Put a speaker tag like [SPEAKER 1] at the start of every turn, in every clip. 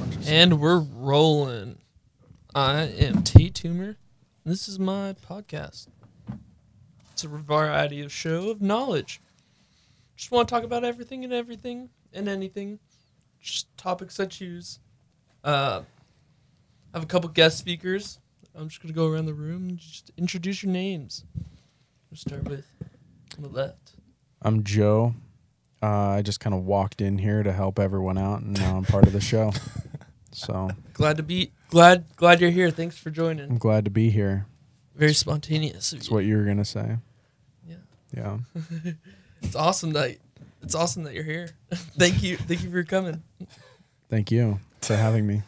[SPEAKER 1] bunch of
[SPEAKER 2] And we're rolling. I am T Tumor. This is my podcast. It's a variety of show of knowledge. Just want to talk about everything and everything and anything. Just topics I choose. Uh, I have a couple guest speakers. I'm just gonna go around the room and just introduce your names. We'll start with on the left.
[SPEAKER 3] I'm Joe. Uh, I just kind of walked in here to help everyone out, and now I'm part of the show. So
[SPEAKER 2] Glad to be glad glad you're here. Thanks for
[SPEAKER 3] I'm
[SPEAKER 2] joining.
[SPEAKER 3] glad to be here.
[SPEAKER 2] Very spontaneous. of
[SPEAKER 3] That's
[SPEAKER 2] you.
[SPEAKER 3] what you were gonna say.
[SPEAKER 2] Yeah.
[SPEAKER 3] Yeah.
[SPEAKER 2] It's awesome that it's awesome that you're here. thank you, thank you for coming.
[SPEAKER 3] Thank you for having me.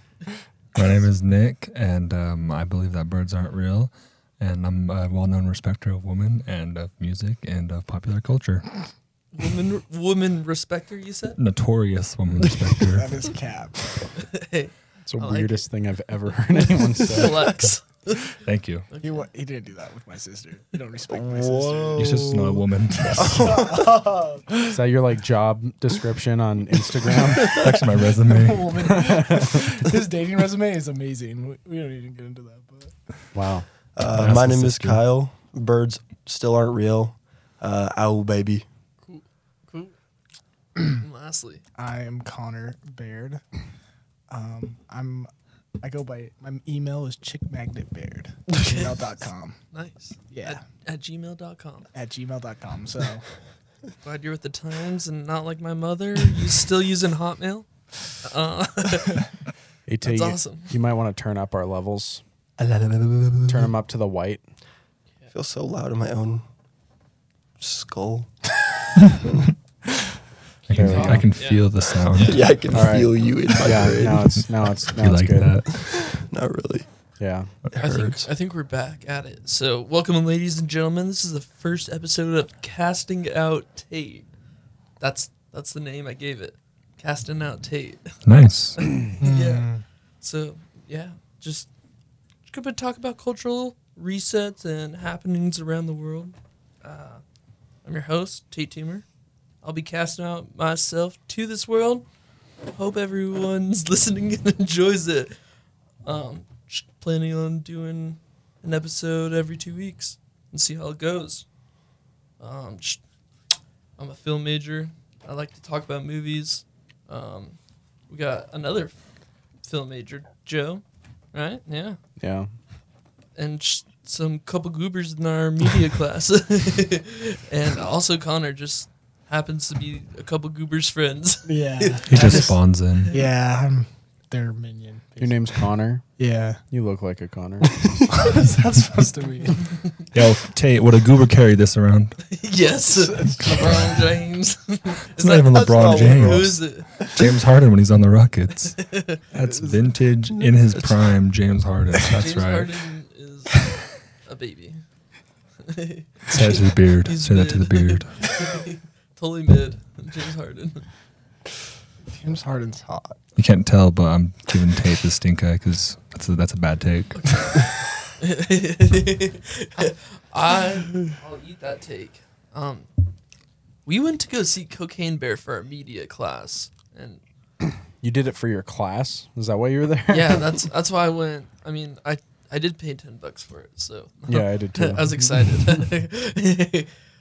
[SPEAKER 4] My name is Nick, and um, I believe that birds aren't real. And I'm a well-known respecter of women and of music and of popular culture.
[SPEAKER 2] Woman, woman respecter. You said.
[SPEAKER 4] Notorious woman respecter.
[SPEAKER 1] that is cap.
[SPEAKER 2] Hey,
[SPEAKER 3] It's the
[SPEAKER 2] I like
[SPEAKER 3] weirdest thing I've ever heard anyone say.
[SPEAKER 2] flex.
[SPEAKER 4] Thank you.
[SPEAKER 1] He, wa- he didn't do that with my sister. You don't respect my sister.
[SPEAKER 4] You're just not a woman. That's
[SPEAKER 3] Is that your like job description on Instagram?
[SPEAKER 4] actually my resume.
[SPEAKER 1] Woman. His dating resume is amazing. We, we don't even get into that, but
[SPEAKER 3] wow.
[SPEAKER 5] Uh,
[SPEAKER 4] That's
[SPEAKER 5] my
[SPEAKER 4] the
[SPEAKER 5] name is
[SPEAKER 4] sister.
[SPEAKER 5] Kyle. Birds still aren't real. Uh, owl baby.
[SPEAKER 2] Cool. And lastly,
[SPEAKER 1] I am Connor Baird. Um, I'm I go by my email is chickmagnetbaird at gmail.com.
[SPEAKER 2] nice.
[SPEAKER 1] Yeah.
[SPEAKER 2] At, at gmail.com.
[SPEAKER 1] At gmail.com. So
[SPEAKER 2] Glad you're with the times and not like my mother. You still using Hotmail? Uh,
[SPEAKER 3] Hey, T,
[SPEAKER 2] That's
[SPEAKER 3] you,
[SPEAKER 2] awesome.
[SPEAKER 3] You might want to turn up our levels. Turn them up to the white.
[SPEAKER 5] I feel so loud in my own skull.
[SPEAKER 4] I can, I can feel the sound.
[SPEAKER 5] yeah, I can
[SPEAKER 3] All right.
[SPEAKER 5] feel you in my
[SPEAKER 3] Yeah.
[SPEAKER 5] brain.
[SPEAKER 3] Now it's now it's now
[SPEAKER 4] you
[SPEAKER 3] it's
[SPEAKER 4] like
[SPEAKER 3] good.
[SPEAKER 4] that?
[SPEAKER 5] Not really.
[SPEAKER 3] Yeah.
[SPEAKER 4] It
[SPEAKER 2] I think
[SPEAKER 4] hurts.
[SPEAKER 2] I think we're back at it. So welcome, ladies and gentlemen. This is the first episode of Casting Out Tate. That's that's the name I gave it. Casting Out Tate.
[SPEAKER 4] Nice.
[SPEAKER 2] yeah. So yeah, just just gonna talk about cultural resets and happenings around the world. Uh, I'm your host, Tate Toomer. I'll be casting out myself to this world. Hope everyone's listening and enjoys it. Um, just planning on doing an episode every two weeks and see how it goes. Um, just- I'm a film major. I like to talk about movies. Um, we got another film major, Joe, right? Yeah,
[SPEAKER 3] Yeah.
[SPEAKER 2] and sh- some couple goobers in our media class, and also Connor just happens to be a couple goobers friends.
[SPEAKER 1] yeah.
[SPEAKER 4] He
[SPEAKER 1] I
[SPEAKER 4] just spawns in.
[SPEAKER 1] Yeah, I'm their minion.
[SPEAKER 3] Your name's Connor.
[SPEAKER 1] Yeah.
[SPEAKER 3] You look like a Connor.
[SPEAKER 1] what is that supposed to mean?
[SPEAKER 4] Yo, Tate, would a goober carry this around?
[SPEAKER 2] yes, LeBron James.
[SPEAKER 4] It's not even LeBron
[SPEAKER 5] not
[SPEAKER 2] Who is
[SPEAKER 4] James.
[SPEAKER 2] it?
[SPEAKER 4] James Harden when he's on the Rockets. That's vintage in his prime, James Harden. That's
[SPEAKER 2] James
[SPEAKER 4] right.
[SPEAKER 2] Harden is a baby.
[SPEAKER 4] Say that to the beard.
[SPEAKER 2] He's
[SPEAKER 4] Say that to the
[SPEAKER 2] mid.
[SPEAKER 4] beard.
[SPEAKER 2] totally mid. James Harden.
[SPEAKER 1] James Harden's hot.
[SPEAKER 4] You can't tell, but I'm giving Tate the stink eye because that's a, that's a bad take.
[SPEAKER 2] I, I'll eat that take. Um, we went to go see Cocaine Bear for our media class, and
[SPEAKER 3] You did it for your class. Is that why you were there?
[SPEAKER 2] yeah, that's that's why I went. I mean, I I did pay ten bucks for it, so
[SPEAKER 3] Yeah, I did too.
[SPEAKER 2] I was excited.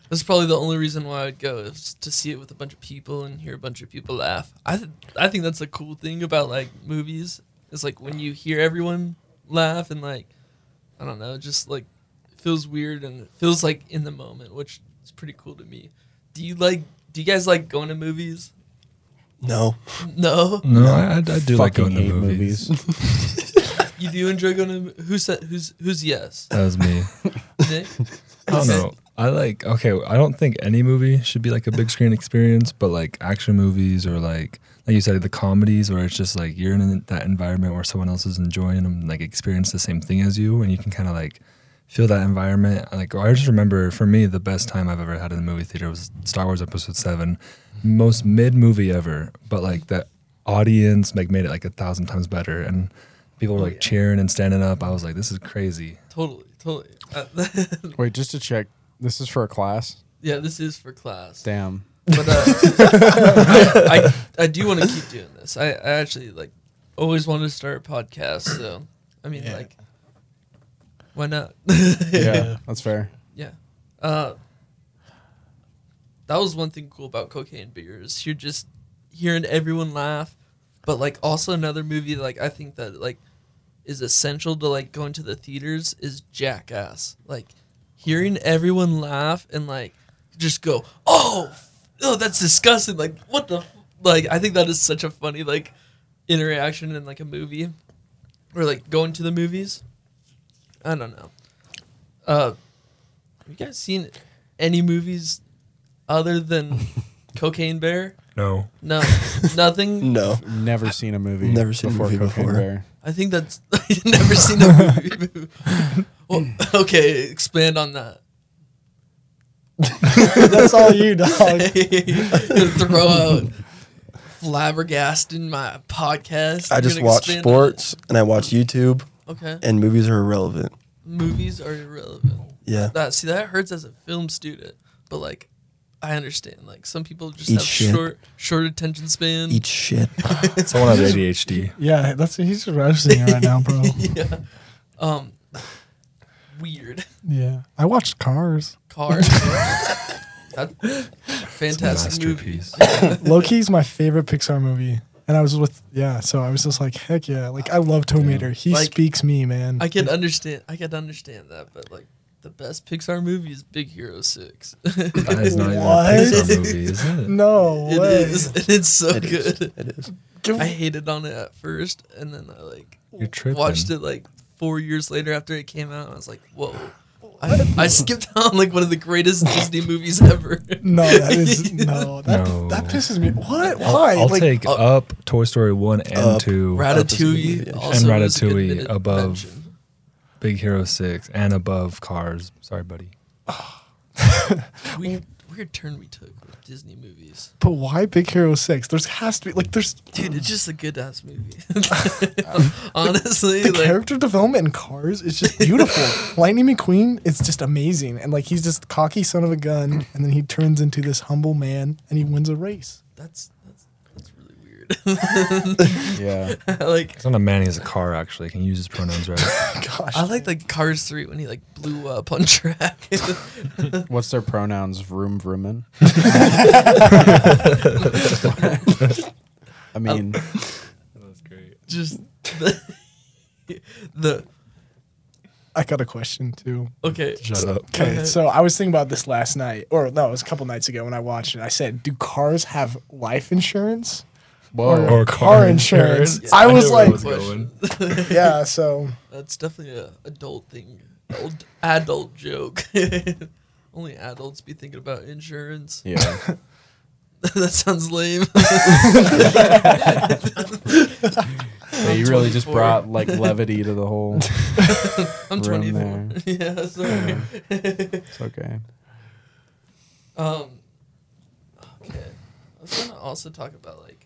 [SPEAKER 2] That's probably the only reason why I'd go is to see it with a bunch of people and hear a bunch of people laugh. I th- I think that's the cool thing about like movies is like when you hear everyone laugh and like I don't know, just like it feels weird and it feels like in the moment, which is pretty cool to me. Do you like? Do you guys like going to movies?
[SPEAKER 5] No.
[SPEAKER 2] No,
[SPEAKER 4] No, I, I, I do like
[SPEAKER 3] Fucking
[SPEAKER 4] going to
[SPEAKER 3] hate
[SPEAKER 4] movies.
[SPEAKER 2] you do enjoy going to. mo- Who said? Who's who's yes?
[SPEAKER 4] That was me.
[SPEAKER 2] Nick?
[SPEAKER 4] I don't know. I like, okay, I don't think any movie should be like a big screen experience, but like action movies or like, like you said, the comedies where it's just like you're in that environment where someone else is enjoying and like experience the same thing as you and you can kind of like feel that environment. Like I just remember for me the best time I've ever had in the movie theater was Star Wars Episode Seven, most mid movie ever, but like the audience like made it like a thousand times better and people were like cheering and standing up. I was like, this is crazy.
[SPEAKER 2] totally, totally. Uh,
[SPEAKER 3] Wait, just to check. This is for a class.
[SPEAKER 2] yeah, this is for class.
[SPEAKER 3] Damn.
[SPEAKER 2] But uh, I, I do want to keep doing this. I, I actually like always wanted to start a podcast, so I mean,
[SPEAKER 1] Yeah.
[SPEAKER 2] like, why not?
[SPEAKER 3] yeah, that's fair.
[SPEAKER 2] Yeah. Uh, that was one thing cool about cocaine beers. You're just hearing everyone laugh, but like also another movie like I think that like is essential to like going to the theaters is Jackass. Like hearing everyone laugh and like just go, "Oh, oh, that's disgusting." Like what the f-? like I think that is such a funny like interaction in like a movie or like going to the movies. I don't know. Uh have you guys seen any movies other than Cocaine Bear?
[SPEAKER 4] No.
[SPEAKER 2] No, nothing.
[SPEAKER 5] No.
[SPEAKER 3] Never seen a movie.
[SPEAKER 5] Never seen a movie
[SPEAKER 3] Cocaine
[SPEAKER 5] before.
[SPEAKER 3] Bear.
[SPEAKER 2] I think that's I've never seen a movie. well, okay, expand on that.
[SPEAKER 5] That's all you, dog.
[SPEAKER 2] Gonna throw out flabbergasting my podcast.
[SPEAKER 5] I
[SPEAKER 2] You're
[SPEAKER 5] just
[SPEAKER 2] gonna
[SPEAKER 5] watch
[SPEAKER 2] expand on it?
[SPEAKER 5] sports and I watch YouTube,
[SPEAKER 2] Okay,
[SPEAKER 5] and movies are irrelevant.
[SPEAKER 2] movies are irrelevant.
[SPEAKER 5] Yeah.
[SPEAKER 2] That see that hurts as a film student, but like. I understand. Like some people just
[SPEAKER 5] Eat
[SPEAKER 2] have
[SPEAKER 5] shit.
[SPEAKER 2] short, short attention span.
[SPEAKER 5] Eat shit.
[SPEAKER 4] Someone has ADHD.
[SPEAKER 1] Yeah, that's he's roasting you right now, bro.
[SPEAKER 2] yeah. Um. Weird.
[SPEAKER 1] yeah, I watched Cars.
[SPEAKER 2] Cars. That- fantastic movie.
[SPEAKER 4] Masterpiece.
[SPEAKER 1] Loki is my favorite Pixar movie, and I was with yeah, so I was just like, heck yeah, like I love Tomater. He
[SPEAKER 2] Like,
[SPEAKER 1] speaks me, man.
[SPEAKER 2] I can understand. I can understand that, but like the best Pixar movie is Big Hero Six. it
[SPEAKER 4] That is not even a
[SPEAKER 1] What?
[SPEAKER 4] Pixar movie, is it?
[SPEAKER 1] no way.
[SPEAKER 2] is. and It's so
[SPEAKER 5] It is.
[SPEAKER 2] good.
[SPEAKER 5] It is.
[SPEAKER 2] I hated on it at first, and then I like
[SPEAKER 4] You're tripping.
[SPEAKER 2] watched it like four years later after it came out. And I was like, whoa. I, I skipped on like one of the greatest Disney movies ever.
[SPEAKER 1] No, that is no. That
[SPEAKER 4] No.
[SPEAKER 1] that pisses me. What?
[SPEAKER 4] I'll,
[SPEAKER 1] Why?
[SPEAKER 4] I'll
[SPEAKER 1] like,
[SPEAKER 4] take
[SPEAKER 2] I'll-
[SPEAKER 4] up Toy Story 1 and
[SPEAKER 5] Up.
[SPEAKER 4] 2,
[SPEAKER 5] movie,
[SPEAKER 2] Ratatouille
[SPEAKER 5] actually.
[SPEAKER 2] also
[SPEAKER 4] And
[SPEAKER 2] was an
[SPEAKER 4] Ratatouille
[SPEAKER 2] admitted
[SPEAKER 4] above-
[SPEAKER 2] mention.
[SPEAKER 4] Big Hero 6, and above Cars. Sorry, buddy.
[SPEAKER 2] weird, weird turn we took with Disney movies.
[SPEAKER 1] but why Big Hero Six? There's has to be like there's
[SPEAKER 2] Dude, it's just a good ass movie. Honestly,
[SPEAKER 1] the
[SPEAKER 2] like
[SPEAKER 1] character development in Cars is just beautiful. Lightning McQueen is just amazing, and like he's just cocky son of a gun, and then he turns into this humble man, and he wins a race.
[SPEAKER 2] that's that's that's really
[SPEAKER 3] Yeah.
[SPEAKER 2] weird. like
[SPEAKER 4] It's not a man, he's a car, actually. Can you use his pronouns right?
[SPEAKER 1] Gosh,
[SPEAKER 2] I like the Cars three when he like blew up on track.
[SPEAKER 3] What's their pronouns? Vroom vroomin. I mean,
[SPEAKER 4] That's great.
[SPEAKER 2] just the, the
[SPEAKER 1] I got a question too.
[SPEAKER 2] okay.
[SPEAKER 4] Shut up.
[SPEAKER 1] Okay, so I was thinking about this last night, or no, it was a couple nights ago when I watched it. I said, "Do cars have life insurance?"
[SPEAKER 3] whoa.
[SPEAKER 1] Or car insurance. I was
[SPEAKER 4] knew where it
[SPEAKER 1] like-
[SPEAKER 4] going.
[SPEAKER 1] Yeah, so
[SPEAKER 2] That's definitely a adult thing, Old adult joke. Only adults be thinking about insurance.
[SPEAKER 3] Yeah.
[SPEAKER 2] that sounds lame.
[SPEAKER 3] Yeah, you really just
[SPEAKER 2] 24.
[SPEAKER 3] brought like levity to the whole.
[SPEAKER 2] I'm 24.
[SPEAKER 3] Room
[SPEAKER 2] yeah, sorry.
[SPEAKER 3] It's okay.
[SPEAKER 2] Um, okay. I was gonna also talk about like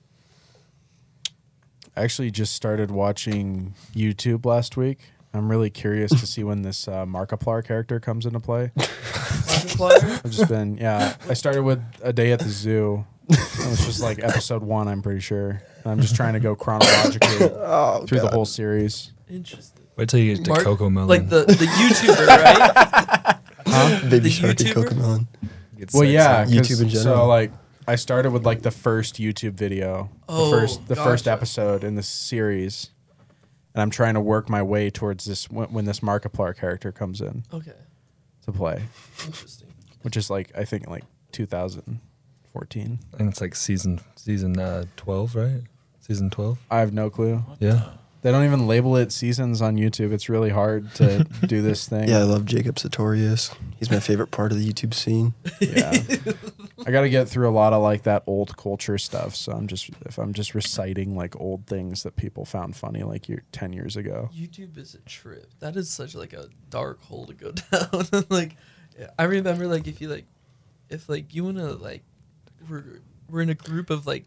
[SPEAKER 3] I actually just started watching YouTube last week. I'm really curious to see when this uh, Markiplier character comes into play.
[SPEAKER 2] Markiplier.
[SPEAKER 3] I've just been, yeah. I started with a day at the zoo. It was just like episode one, I'm pretty sure. And I'm just trying to go chronologically
[SPEAKER 5] Oh,
[SPEAKER 3] through the
[SPEAKER 5] God.
[SPEAKER 3] whole series.
[SPEAKER 2] Interesting.
[SPEAKER 4] Wait till you get to
[SPEAKER 2] Mark-
[SPEAKER 4] Coco Melon.
[SPEAKER 2] Like the the YouTuber, right?
[SPEAKER 5] Baby
[SPEAKER 2] The
[SPEAKER 5] Shark and
[SPEAKER 2] YouTuber?
[SPEAKER 5] Coco Melon.
[SPEAKER 4] Get
[SPEAKER 3] Well,
[SPEAKER 4] sex
[SPEAKER 3] yeah,
[SPEAKER 4] on.
[SPEAKER 3] 'cause-
[SPEAKER 5] YouTube in
[SPEAKER 3] So
[SPEAKER 5] general.
[SPEAKER 3] like, I started with like the first YouTube video,
[SPEAKER 2] Oh,
[SPEAKER 3] the first the first
[SPEAKER 2] gotcha.
[SPEAKER 3] episode in this series, and I'm trying to work my way towards this when, when this Markiplier character comes in
[SPEAKER 2] Okay.
[SPEAKER 3] to play,
[SPEAKER 2] Interesting.
[SPEAKER 3] which is like I think like 2014.
[SPEAKER 4] And it's like season season uh, 12, right? Season 12?
[SPEAKER 3] I have no clue.
[SPEAKER 4] Yeah.
[SPEAKER 3] They don't even label it seasons on YouTube. It's really hard to do this thing.
[SPEAKER 5] Yeah, I love Jacob Sartorius. He's my favorite part of the YouTube scene.
[SPEAKER 3] yeah. I got to get through a lot of like that old culture stuff. So I'm just if I'm just reciting like old things that people found funny like year, 10 years ago.
[SPEAKER 2] YouTube is a trip. That is such like a dark hole to go down. like, I remember like if you like, if like you wanna like, we're we're in a group of like,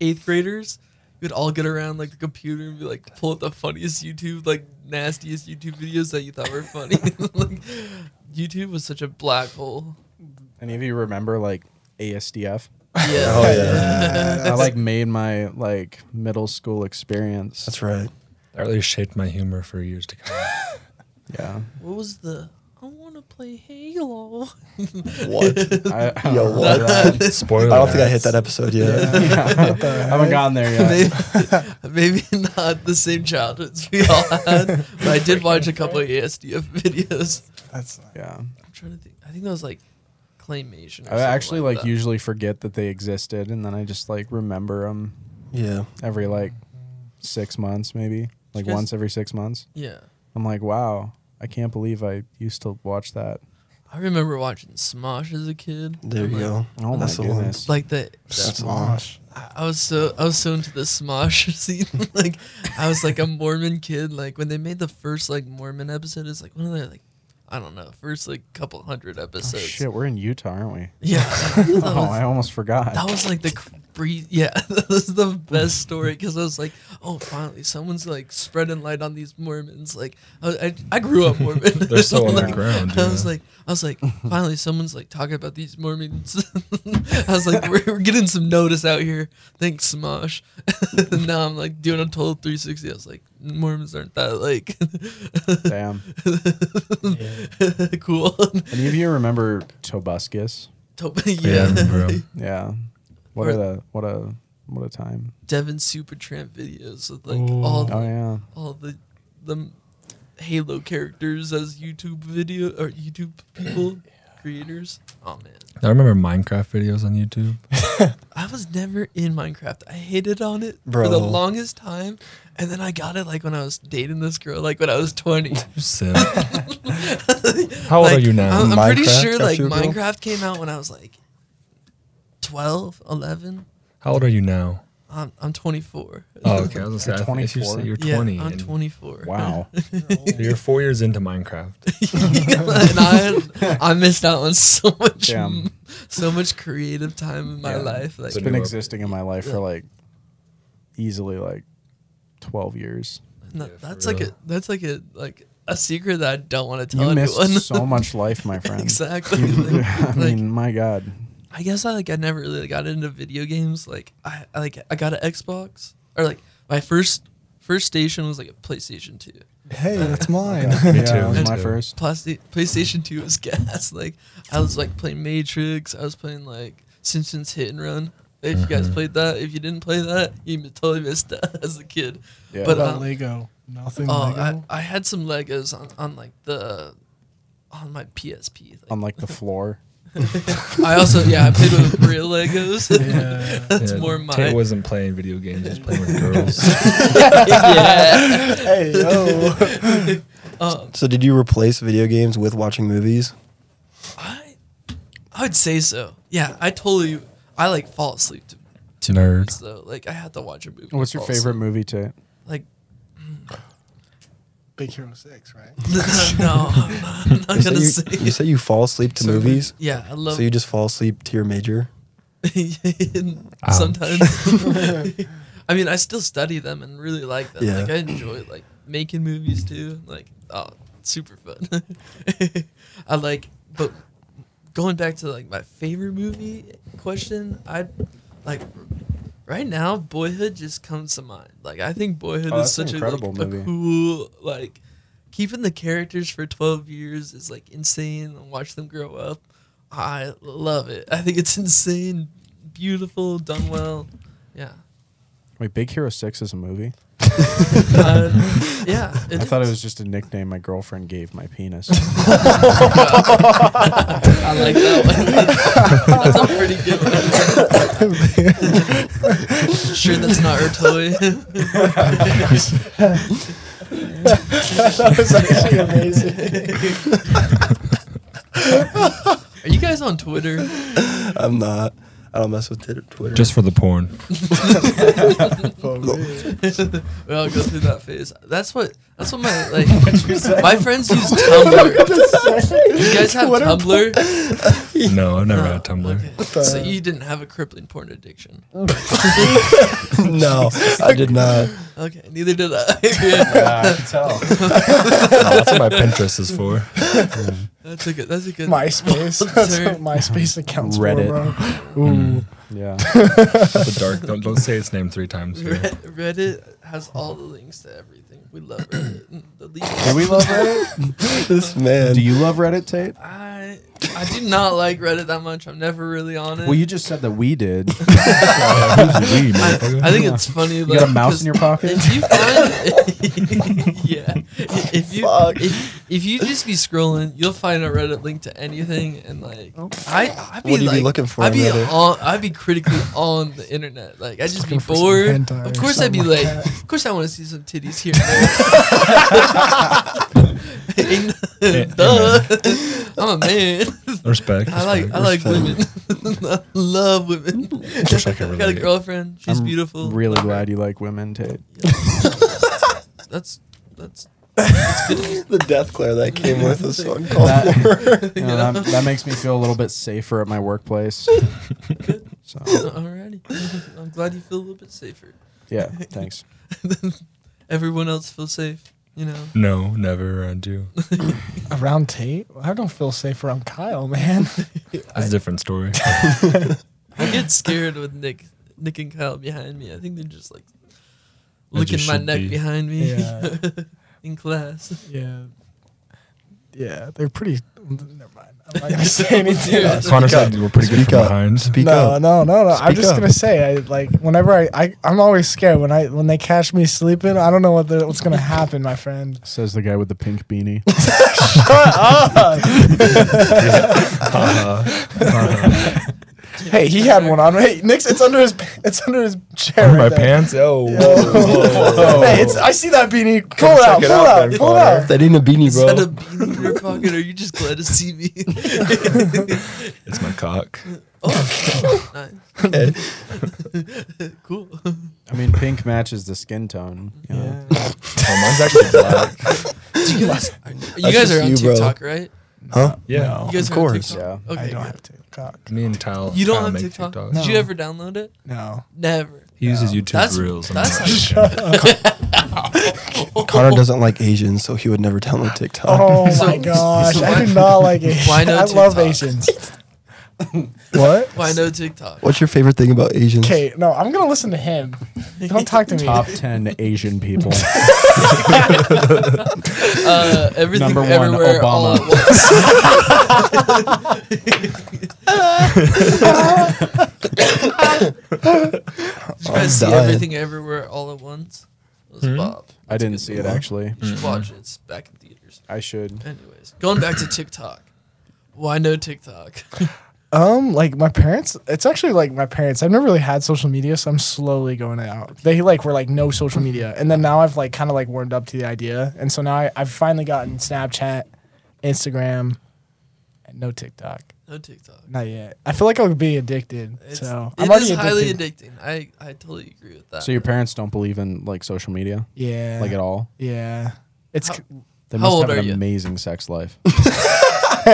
[SPEAKER 2] eighth graders. You'd all get around like the computer and be like pull up the funniest YouTube like nastiest YouTube videos that you thought were funny. like, YouTube was such a black hole.
[SPEAKER 3] Any of you remember like ASDF?
[SPEAKER 2] Yeah.
[SPEAKER 5] Oh, yeah.
[SPEAKER 3] I like made my like middle school experience.
[SPEAKER 5] That's right.
[SPEAKER 4] That really shaped my humor for years to come.
[SPEAKER 3] Yeah.
[SPEAKER 2] What was the? I want to play Halo.
[SPEAKER 5] What?
[SPEAKER 3] I, I
[SPEAKER 5] Yo,
[SPEAKER 3] don't
[SPEAKER 5] what?
[SPEAKER 3] know that.
[SPEAKER 4] Spoiler.
[SPEAKER 5] I don't think I
[SPEAKER 4] alert.
[SPEAKER 5] hit that episode yet.
[SPEAKER 3] I haven't gotten there yet.
[SPEAKER 2] maybe, maybe not the same childhoods we all had, but I did watch a couple of E ASDF videos.
[SPEAKER 1] That's
[SPEAKER 3] Yeah.
[SPEAKER 2] I'm trying to think. I think that was like claymation. Or
[SPEAKER 3] I
[SPEAKER 2] something
[SPEAKER 3] actually like
[SPEAKER 2] that.
[SPEAKER 3] usually forget that they existed, and then I just like remember them
[SPEAKER 5] Yeah.
[SPEAKER 3] every like six months, maybe like
[SPEAKER 2] guys-
[SPEAKER 3] once every six months.
[SPEAKER 2] Yeah,
[SPEAKER 3] I'm like, wow, I can't believe I used to watch that.
[SPEAKER 2] I remember watching Smosh as a kid.
[SPEAKER 5] There
[SPEAKER 2] I'm
[SPEAKER 5] you
[SPEAKER 2] like,
[SPEAKER 5] go.
[SPEAKER 3] Oh
[SPEAKER 5] That's
[SPEAKER 3] my
[SPEAKER 5] the one.
[SPEAKER 3] goodness!
[SPEAKER 2] Like the
[SPEAKER 5] That's a
[SPEAKER 1] Smosh.
[SPEAKER 2] I I was so I was so into the Smosh scene. like I was like a Mormon kid. Like when they made the first like Mormon episode, it's like one of their like I don't know first like couple hundred episodes.
[SPEAKER 3] oh, shit, we're in Utah, aren't we?
[SPEAKER 2] Yeah, that was,
[SPEAKER 3] Oh, I almost
[SPEAKER 2] that
[SPEAKER 3] forgot.
[SPEAKER 2] was like the cr- breeze. Yeah, that was the best story because I was like, oh, finally someone's like spreading light on these Mormons. Like I I, I grew up Mormon.
[SPEAKER 4] They're so
[SPEAKER 2] Like,
[SPEAKER 4] underground,
[SPEAKER 2] I was
[SPEAKER 4] yeah.
[SPEAKER 2] like I was like finally someone's like talking about these Mormons. I was like we're, we're getting some notice out here. Thanks Smosh. and now I'm like doing a total 360. I was like Mormons aren't that like
[SPEAKER 3] Damn.
[SPEAKER 2] cool.
[SPEAKER 3] Any of you remember Tobuscus?
[SPEAKER 2] Topa-
[SPEAKER 4] Yeah, I
[SPEAKER 2] yeah.
[SPEAKER 4] remember 'em.
[SPEAKER 3] Yeah. What
[SPEAKER 2] Or-
[SPEAKER 3] a what a what a time.
[SPEAKER 2] Devin Supertramp videos with like all the
[SPEAKER 3] Oh yeah.
[SPEAKER 2] all the the Halo characters as YouTube video or YouTube people creators. Oh man,
[SPEAKER 4] I remember Minecraft videos on YouTube.
[SPEAKER 2] I was never in Minecraft. I hated on it for the
[SPEAKER 5] Bro.
[SPEAKER 2] longest time, and then I got it like when I was dating this girl, like when I was twenty.
[SPEAKER 4] You simp. How old
[SPEAKER 2] Like,
[SPEAKER 4] are you now?
[SPEAKER 2] I'm, I'm pretty
[SPEAKER 5] Minecraft
[SPEAKER 2] sure like
[SPEAKER 5] after a girl?
[SPEAKER 2] Minecraft came out when I was like 12, 11.
[SPEAKER 4] How old are you now?
[SPEAKER 2] I'm I'm 24.
[SPEAKER 4] Oh, okay. I was gonna
[SPEAKER 3] You're
[SPEAKER 4] say, I think you
[SPEAKER 3] 24?
[SPEAKER 4] said you're
[SPEAKER 2] yeah,
[SPEAKER 4] 20.
[SPEAKER 2] I'm
[SPEAKER 4] and-
[SPEAKER 2] 24.
[SPEAKER 3] Wow.
[SPEAKER 4] so you're four years into Minecraft.
[SPEAKER 2] and I, I missed out on so much,
[SPEAKER 3] Damn.
[SPEAKER 2] so much creative time in my
[SPEAKER 3] Yeah.
[SPEAKER 2] life. Like,
[SPEAKER 3] it's been existing in my life for like easily like 12 years.
[SPEAKER 2] no,
[SPEAKER 4] Yeah, for
[SPEAKER 2] that's like a,
[SPEAKER 4] real.
[SPEAKER 2] that's like a, like a secret that I don't want to tell
[SPEAKER 3] You missed
[SPEAKER 2] anyone.
[SPEAKER 3] so much life, my friend.
[SPEAKER 2] exactly.
[SPEAKER 3] You-
[SPEAKER 2] Like,
[SPEAKER 3] I
[SPEAKER 2] like,
[SPEAKER 3] mean, my God.
[SPEAKER 2] I guess I like I never really got into video games. Like I I, like I got an Xbox or like my first first station was like a PlayStation Two.
[SPEAKER 1] Hey, that's mine.
[SPEAKER 4] Me
[SPEAKER 3] yeah, it
[SPEAKER 4] too,
[SPEAKER 3] was
[SPEAKER 4] me
[SPEAKER 3] my
[SPEAKER 4] too.
[SPEAKER 3] first.
[SPEAKER 2] Plasti- PlayStation Two was gas. Like I was like playing Matrix. I was playing like Simpsons Hit and Run. If you guys played that, if you didn't play that, you m- totally missed that as a kid.
[SPEAKER 3] Yeah.
[SPEAKER 1] What
[SPEAKER 2] But,
[SPEAKER 1] about
[SPEAKER 2] um,
[SPEAKER 1] Lego? Nothing
[SPEAKER 2] Oh, I,
[SPEAKER 1] Lego.
[SPEAKER 2] I had some Legos on, on like the on my PSP. Like,
[SPEAKER 3] on like the floor.
[SPEAKER 2] I also yeah I played with real Legos.
[SPEAKER 1] yeah.
[SPEAKER 2] That's
[SPEAKER 4] Yeah,
[SPEAKER 2] more my
[SPEAKER 4] Tate wasn't playing video games; he was playing with girls.
[SPEAKER 2] yeah.
[SPEAKER 1] hey, yo.
[SPEAKER 2] Um,
[SPEAKER 5] So did you replace video games with watching movies?
[SPEAKER 2] I I would say so. Yeah, I totally I like fall asleep to
[SPEAKER 4] Nerd.
[SPEAKER 2] movies though. Like I have to watch a movie. to
[SPEAKER 3] What's your
[SPEAKER 2] fall asleep.
[SPEAKER 3] favorite movie, Tate?
[SPEAKER 2] Like
[SPEAKER 1] Big Hero 6, right?
[SPEAKER 2] no, I'm not, I'm not
[SPEAKER 5] You say
[SPEAKER 2] gonna
[SPEAKER 5] you,
[SPEAKER 2] say.
[SPEAKER 5] you say you fall asleep to movies?
[SPEAKER 2] Yeah, I love.
[SPEAKER 5] So you just fall asleep to your major?
[SPEAKER 4] Ouch.
[SPEAKER 2] sometimes. I mean, I still study them and really like them.
[SPEAKER 5] Yeah.
[SPEAKER 2] Like I enjoy like making movies too. Like oh, super fun. I like, but going back to like my favorite movie question, I like right now Boyhood just comes to mind. Like I think Boyhood
[SPEAKER 3] Oh,
[SPEAKER 2] is such
[SPEAKER 3] that's an
[SPEAKER 2] a, like,
[SPEAKER 3] incredible
[SPEAKER 2] a
[SPEAKER 3] movie.
[SPEAKER 2] cool like keeping the characters for 12 years is like insane and watch them grow up i love it i think it's insane beautiful done well yeah
[SPEAKER 3] Wait, Big Hero 6 is a movie?
[SPEAKER 2] Uh, yeah
[SPEAKER 3] I thought it
[SPEAKER 2] is.
[SPEAKER 3] was just a nickname my girlfriend gave my penis.
[SPEAKER 2] i like that one that's a pretty good one sure that's not her toy
[SPEAKER 1] that was actually amazing.
[SPEAKER 2] are you guys on twitter
[SPEAKER 5] I'm not. I don't mess with Tit- Twitter.
[SPEAKER 4] Just for the porn.
[SPEAKER 2] we all go through that phase that's what that's what my like my friends use tumblr you guys have
[SPEAKER 1] Twitter porn?
[SPEAKER 2] tumblr
[SPEAKER 4] No, I've never
[SPEAKER 2] Oh,
[SPEAKER 4] had Tumblr.
[SPEAKER 2] okay.
[SPEAKER 1] the-
[SPEAKER 2] So you didn't have a crippling porn addiction.
[SPEAKER 5] no, I did not.
[SPEAKER 2] Okay, neither did I. yeah,
[SPEAKER 3] I can tell.
[SPEAKER 4] No, that's what my Pinterest is for.
[SPEAKER 2] that's a good. That's a good.
[SPEAKER 1] MySpace. That's
[SPEAKER 2] Sorry.
[SPEAKER 1] what MySpace accounts
[SPEAKER 3] Reddit.
[SPEAKER 1] for, bro. Ooh.
[SPEAKER 3] Yeah.
[SPEAKER 4] the dark. Don't, don't say its name three times. here.
[SPEAKER 2] Red, Reddit has all the links to everything. We love Reddit. And the least-
[SPEAKER 3] Do we love Reddit?
[SPEAKER 5] this man.
[SPEAKER 3] Do you love Reddit, Tate?
[SPEAKER 2] I I do not like Reddit that much. I'm never really on it.
[SPEAKER 3] Well, you just said that we did.
[SPEAKER 4] We, motherfucker.
[SPEAKER 2] I think it's funny.
[SPEAKER 3] You got a mouse in your pocket?
[SPEAKER 2] If you find, yeah, if you
[SPEAKER 5] Fuck.
[SPEAKER 2] if, if you just be scrolling, you'll find a Reddit link to anything, and like I, I'd be
[SPEAKER 5] Oh. What do you be
[SPEAKER 2] like-
[SPEAKER 5] looking for
[SPEAKER 2] I'd
[SPEAKER 5] on
[SPEAKER 2] be
[SPEAKER 5] Reddit?
[SPEAKER 2] on, I'd be critically on the internet. Like I'd just be
[SPEAKER 1] looking for some
[SPEAKER 2] bored.
[SPEAKER 1] hentai or
[SPEAKER 2] Of course, I'd be
[SPEAKER 1] something
[SPEAKER 2] like,
[SPEAKER 1] like
[SPEAKER 2] of course, I want to see some titties here. And there.
[SPEAKER 4] Eh,
[SPEAKER 2] Ain't- Duh, I'm a man.
[SPEAKER 4] Respect.
[SPEAKER 2] I like I like
[SPEAKER 4] respect.
[SPEAKER 2] women. I love women.
[SPEAKER 4] Wish I could
[SPEAKER 2] got a
[SPEAKER 4] relate.
[SPEAKER 2] girlfriend. She's
[SPEAKER 3] I'm
[SPEAKER 2] beautiful.
[SPEAKER 3] Really glad you like women, Tate.
[SPEAKER 2] That's that's
[SPEAKER 5] the death glare that came with this one call
[SPEAKER 3] That, you know, that, that makes me feel a little bit safer at my workplace.
[SPEAKER 2] good.
[SPEAKER 3] So,
[SPEAKER 2] Alrighty. I'm glad you feel a little bit safer.
[SPEAKER 3] yeah, thanks.
[SPEAKER 2] Everyone else feels safe, you know.
[SPEAKER 4] No, never around you.
[SPEAKER 1] Around Tate? I don't feel safe around Kyle, man.
[SPEAKER 4] That's a different story.
[SPEAKER 2] I get scared with Nick Nick and Kyle behind me. I think they're just like licking
[SPEAKER 4] just
[SPEAKER 2] my
[SPEAKER 4] should
[SPEAKER 2] neck
[SPEAKER 4] be.
[SPEAKER 2] behind me
[SPEAKER 1] Yeah.
[SPEAKER 2] in class.
[SPEAKER 1] yeah. Yeah, they're pretty. Never mind. I'm not going to say anything.
[SPEAKER 2] Yeah.
[SPEAKER 4] Connor said
[SPEAKER 5] up.
[SPEAKER 4] we're pretty good
[SPEAKER 5] Speak
[SPEAKER 4] from
[SPEAKER 5] up.
[SPEAKER 4] behind.
[SPEAKER 5] Speak
[SPEAKER 1] no,
[SPEAKER 5] up.
[SPEAKER 1] no, no, no. I'm
[SPEAKER 5] Speak
[SPEAKER 1] just
[SPEAKER 5] up.
[SPEAKER 1] gonna say, I like whenever I, I, I'm always scared when I when they catch me sleeping. I don't know what the, what's gonna happen, my friend.
[SPEAKER 3] Says the guy with the pink beanie.
[SPEAKER 4] Uh-huh.
[SPEAKER 1] Hey, he had one on. Hey, Nick's, it's under his, it's under his chair.
[SPEAKER 4] my
[SPEAKER 1] right there.
[SPEAKER 4] pants. Oh,
[SPEAKER 1] Hey, it's, I see that beanie. Pull it out. Pull it out. Pull it out.
[SPEAKER 5] That ain't a beanie,
[SPEAKER 2] Is that a
[SPEAKER 5] bro.
[SPEAKER 2] beanie in your pocket? Or are you just glad to see me?
[SPEAKER 4] it's my cock.
[SPEAKER 2] oh, nice. cool.
[SPEAKER 3] I mean, pink matches the skin tone. You know?
[SPEAKER 4] Oh, mine's actually black.
[SPEAKER 2] Do you guys, are, you
[SPEAKER 5] That's
[SPEAKER 2] guys
[SPEAKER 5] just
[SPEAKER 2] are on
[SPEAKER 5] you, bro.
[SPEAKER 2] TikTok, right?
[SPEAKER 5] Huh?
[SPEAKER 4] Yeah.
[SPEAKER 2] You guys
[SPEAKER 5] Of
[SPEAKER 2] are on
[SPEAKER 5] course.
[SPEAKER 2] TikTok?
[SPEAKER 3] Yeah.
[SPEAKER 1] I
[SPEAKER 2] Okay,
[SPEAKER 1] don't
[SPEAKER 2] good.
[SPEAKER 1] have TikTok.
[SPEAKER 4] Me and Tyler.
[SPEAKER 2] You don't
[SPEAKER 4] Tyler
[SPEAKER 2] have
[SPEAKER 4] make
[SPEAKER 2] TikTok?
[SPEAKER 4] TikToks.
[SPEAKER 1] No.
[SPEAKER 2] Did you ever download it?
[SPEAKER 1] No.
[SPEAKER 2] Never.
[SPEAKER 4] He uses YouTube
[SPEAKER 2] That's-
[SPEAKER 4] Reels. I'm
[SPEAKER 2] that's-
[SPEAKER 4] like,
[SPEAKER 5] Connor doesn't like Asians, so he would never download TikTok.
[SPEAKER 1] Oh
[SPEAKER 2] So-
[SPEAKER 1] my gosh!
[SPEAKER 2] so
[SPEAKER 1] I do
[SPEAKER 2] why-
[SPEAKER 1] not like Asians.
[SPEAKER 2] why no
[SPEAKER 1] I love
[SPEAKER 2] TikTok?
[SPEAKER 1] Asians. what?
[SPEAKER 2] Why no TikTok?
[SPEAKER 5] What's your favorite thing about Asians?
[SPEAKER 1] Okay, no, I'm gonna listen to him. Don't talk to me.
[SPEAKER 3] Top 10 Asian people.
[SPEAKER 2] Uh, everything
[SPEAKER 3] Number one,
[SPEAKER 2] everywhere all at once. Did you
[SPEAKER 5] I'm
[SPEAKER 2] guys see
[SPEAKER 5] dying.
[SPEAKER 2] everything everywhere all at once? It was Bob.
[SPEAKER 3] I didn't see it, actually.
[SPEAKER 2] You should watch it. It's back in theaters.
[SPEAKER 3] I should.
[SPEAKER 2] Anyways, going back to TikTok. Why no TikTok?
[SPEAKER 1] Um, like my parents, it's actually like my parents. I've never really had social media, so I'm slowly going out. They like were like no social media, and then now I've like kind of like warmed up to the idea, and so now I, I've finally gotten Snapchat, Instagram, and no TikTok.
[SPEAKER 2] No TikTok.
[SPEAKER 1] Not yet. I feel like I would be addicted.
[SPEAKER 2] It's,
[SPEAKER 1] so
[SPEAKER 2] it
[SPEAKER 1] I'm already
[SPEAKER 2] is highly
[SPEAKER 1] addicted.
[SPEAKER 2] addicting. I, I totally agree with that.
[SPEAKER 3] So your parents don't believe in like social media,
[SPEAKER 1] Yeah.
[SPEAKER 3] like at all.
[SPEAKER 1] Yeah. It's
[SPEAKER 2] How-
[SPEAKER 3] They
[SPEAKER 2] How
[SPEAKER 3] must
[SPEAKER 2] old
[SPEAKER 3] have
[SPEAKER 2] are
[SPEAKER 3] an
[SPEAKER 2] you?
[SPEAKER 3] amazing sex life.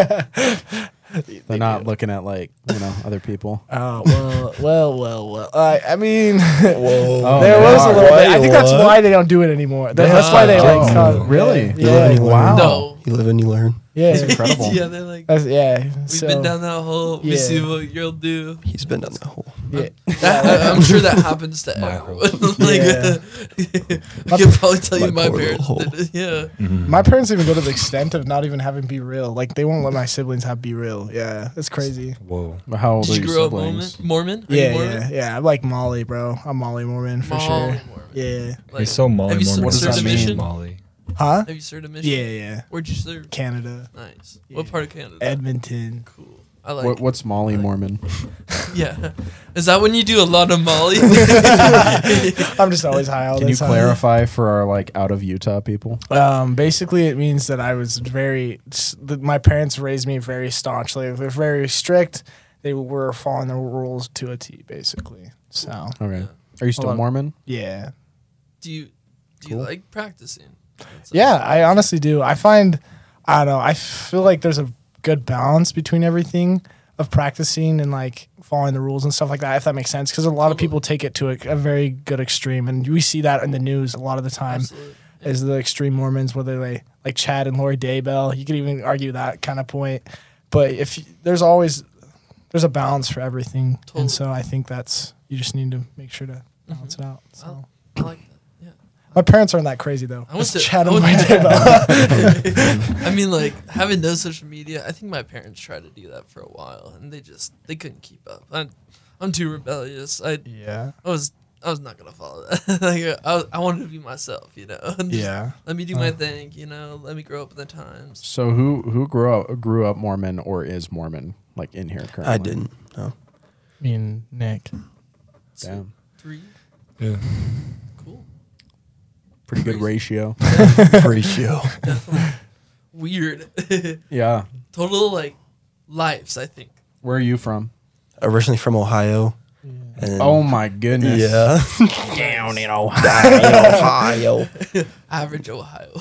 [SPEAKER 3] They're not looking at like you know other people.
[SPEAKER 1] oh well well well well. I I mean,
[SPEAKER 5] Whoa.
[SPEAKER 3] Oh,
[SPEAKER 1] there
[SPEAKER 3] they
[SPEAKER 1] was a
[SPEAKER 3] are.
[SPEAKER 1] little. Bit. I
[SPEAKER 5] Wait,
[SPEAKER 1] think that's
[SPEAKER 5] what?
[SPEAKER 1] why they don't do it anymore. That-
[SPEAKER 3] They
[SPEAKER 1] that's
[SPEAKER 2] have
[SPEAKER 1] why they like.
[SPEAKER 3] jobs.
[SPEAKER 1] cut-
[SPEAKER 3] Really?
[SPEAKER 5] You live
[SPEAKER 1] Yeah.
[SPEAKER 5] and you learn.
[SPEAKER 1] Oh,
[SPEAKER 2] No.
[SPEAKER 5] You live and you learn.
[SPEAKER 1] Yeah.
[SPEAKER 3] That's incredible.
[SPEAKER 2] yeah, they're like,
[SPEAKER 1] That's, yeah.
[SPEAKER 2] we've been down that hole. We
[SPEAKER 1] Uh, Yeah.
[SPEAKER 2] see what you'll do.
[SPEAKER 5] He's been down that hole.
[SPEAKER 1] Yeah.
[SPEAKER 2] That, I'm sure that happens to
[SPEAKER 4] My
[SPEAKER 2] everyone. like,
[SPEAKER 1] Yeah.
[SPEAKER 2] I could probably tell you my
[SPEAKER 5] My poor
[SPEAKER 2] parents
[SPEAKER 5] little
[SPEAKER 2] did it. Yeah.
[SPEAKER 1] My
[SPEAKER 4] Mm-hmm.
[SPEAKER 1] parents even go to the extent of not even having Be Real. Like, they won't let my siblings have Be Real. Yeah. That's crazy.
[SPEAKER 4] Whoa.
[SPEAKER 3] But How old
[SPEAKER 2] Did
[SPEAKER 3] are
[SPEAKER 2] you
[SPEAKER 3] your
[SPEAKER 2] grow up Mormon?
[SPEAKER 3] siblings?
[SPEAKER 2] Mormon? Are you
[SPEAKER 1] Yeah.
[SPEAKER 2] Mormon?
[SPEAKER 1] Yeah. Yeah. I'm like Molly, bro. I'm Molly Mormon for
[SPEAKER 2] Molly
[SPEAKER 1] sure.
[SPEAKER 2] Mormon.
[SPEAKER 1] Yeah.
[SPEAKER 2] Like,
[SPEAKER 4] He's so Molly
[SPEAKER 2] have you
[SPEAKER 4] Mormon.
[SPEAKER 3] What does
[SPEAKER 2] served
[SPEAKER 3] that
[SPEAKER 2] a
[SPEAKER 3] mean?
[SPEAKER 2] mission?
[SPEAKER 4] Molly.
[SPEAKER 1] Huh?
[SPEAKER 2] Have you served a mission?
[SPEAKER 1] Yeah. Yeah.
[SPEAKER 2] Where'd you serve?
[SPEAKER 1] Canada,
[SPEAKER 2] Nice.
[SPEAKER 1] Yeah.
[SPEAKER 2] What part of Canada?
[SPEAKER 1] Edmonton.
[SPEAKER 2] Cool. I like. oh,
[SPEAKER 3] What, what's Molly Mormon?
[SPEAKER 2] Yeah. Is that when you do a lot of Molly?
[SPEAKER 1] I'm just always high all
[SPEAKER 3] Can
[SPEAKER 1] the
[SPEAKER 3] you
[SPEAKER 1] time.
[SPEAKER 3] clarify for our like out of Utah people?
[SPEAKER 1] Um, basically, it means that I was very. s- that My parents raised me very staunchly. They're very strict. They were following the rules to a T, basically. So
[SPEAKER 3] Okay. Are you still
[SPEAKER 1] Hold on.
[SPEAKER 3] Mormon?
[SPEAKER 1] yeah,
[SPEAKER 2] do you do you
[SPEAKER 3] Cool.
[SPEAKER 2] like practicing? That's a-
[SPEAKER 1] yeah. I honestly do. I find, I don't know. I feel like there's a good balance between everything of practicing and like following the rules and stuff like that. If that makes sense, because a lot of
[SPEAKER 2] Totally.
[SPEAKER 1] people take it to a, a very good extreme, and we see that in the news a lot of the time.
[SPEAKER 2] Absolutely.
[SPEAKER 1] is the extreme Mormons, whether they like Chad and Lori Daybell. You could even argue that kind of point. But if y- there's always, there's a balance for everything,
[SPEAKER 2] Totally. Mm-hmm.
[SPEAKER 1] and so I think that's you just need to make sure to balance it out. So
[SPEAKER 2] Well, I like that. Yeah.
[SPEAKER 1] my parents aren't that crazy though.
[SPEAKER 2] I went
[SPEAKER 1] Just
[SPEAKER 2] to.
[SPEAKER 1] chat
[SPEAKER 2] I,
[SPEAKER 1] on my
[SPEAKER 2] went
[SPEAKER 1] day about-
[SPEAKER 2] to- I mean, like having no social media. I think my parents tried to do that for a while, and they just they couldn't keep up. I'm, I'm too rebellious. I
[SPEAKER 1] yeah,
[SPEAKER 2] I was I was not gonna follow that. like, I, was- I wanted to be myself, you know. and just
[SPEAKER 1] yeah. Uh-huh.
[SPEAKER 2] Let me do my thing, you know. Let me grow up with the times.
[SPEAKER 3] So who who grew up grew up Mormon or is Mormon like in here currently?
[SPEAKER 5] I didn't. No.
[SPEAKER 1] I mean Nick.
[SPEAKER 2] So,
[SPEAKER 3] Damn.
[SPEAKER 2] Three.
[SPEAKER 4] Yeah.
[SPEAKER 2] Cool.
[SPEAKER 3] Pretty good
[SPEAKER 2] Crazy.
[SPEAKER 3] ratio.
[SPEAKER 5] Ratio.
[SPEAKER 2] Weird.
[SPEAKER 3] yeah.
[SPEAKER 2] Total like lives. I think.
[SPEAKER 3] Where are you from?
[SPEAKER 5] Originally from Ohio. And
[SPEAKER 3] Oh my goodness.
[SPEAKER 5] yeah.
[SPEAKER 3] Down in
[SPEAKER 5] Ohio.
[SPEAKER 2] Average Ohio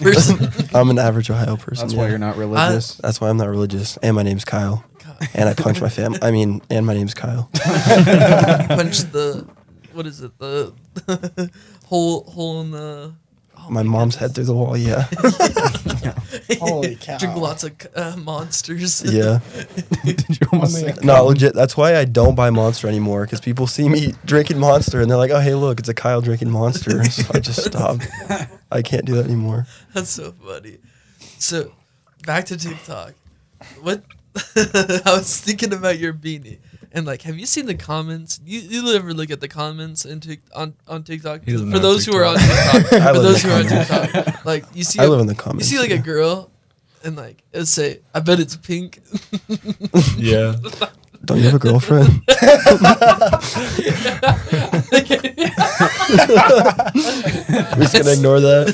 [SPEAKER 2] person.
[SPEAKER 5] I'm an average Ohio person.
[SPEAKER 3] That's
[SPEAKER 5] yeah.
[SPEAKER 3] why you're not religious.
[SPEAKER 5] That's why I'm not religious. And my name's Kyle.
[SPEAKER 2] God.
[SPEAKER 5] And I punch my fam. I mean, and my name's Kyle.
[SPEAKER 2] punch the what is it the hole hole in the oh
[SPEAKER 5] My mom's head through the wall. Yeah.
[SPEAKER 1] Holy cow.
[SPEAKER 2] drink lots of uh, monsters
[SPEAKER 5] Yeah.
[SPEAKER 3] Did you almost
[SPEAKER 1] Only
[SPEAKER 3] say-
[SPEAKER 5] No, legit. That's why I don't buy Monster anymore because people see me drinking Monster and they're like, oh, hey, look, it's a Kyle drinking Monster. So I just stopped. I can't do that anymore.
[SPEAKER 2] that's so funny so back to TikTok what I was thinking about your beanie and like have you seen the comments you you ever look at the comments in Tik on on TikTok
[SPEAKER 4] He doesn't
[SPEAKER 2] for
[SPEAKER 4] know
[SPEAKER 2] those who are on
[SPEAKER 5] I
[SPEAKER 2] TikTok for
[SPEAKER 5] live
[SPEAKER 2] those
[SPEAKER 5] in
[SPEAKER 2] who
[SPEAKER 5] the
[SPEAKER 2] are on
[SPEAKER 5] comments.
[SPEAKER 2] TikTok like you see
[SPEAKER 5] I
[SPEAKER 2] a-
[SPEAKER 5] live in the comments.
[SPEAKER 2] you see like
[SPEAKER 5] yeah.
[SPEAKER 2] a girl and like it would say I bet it's pink
[SPEAKER 4] Yeah.
[SPEAKER 5] Don't you have a girlfriend? We're just gonna ignore that.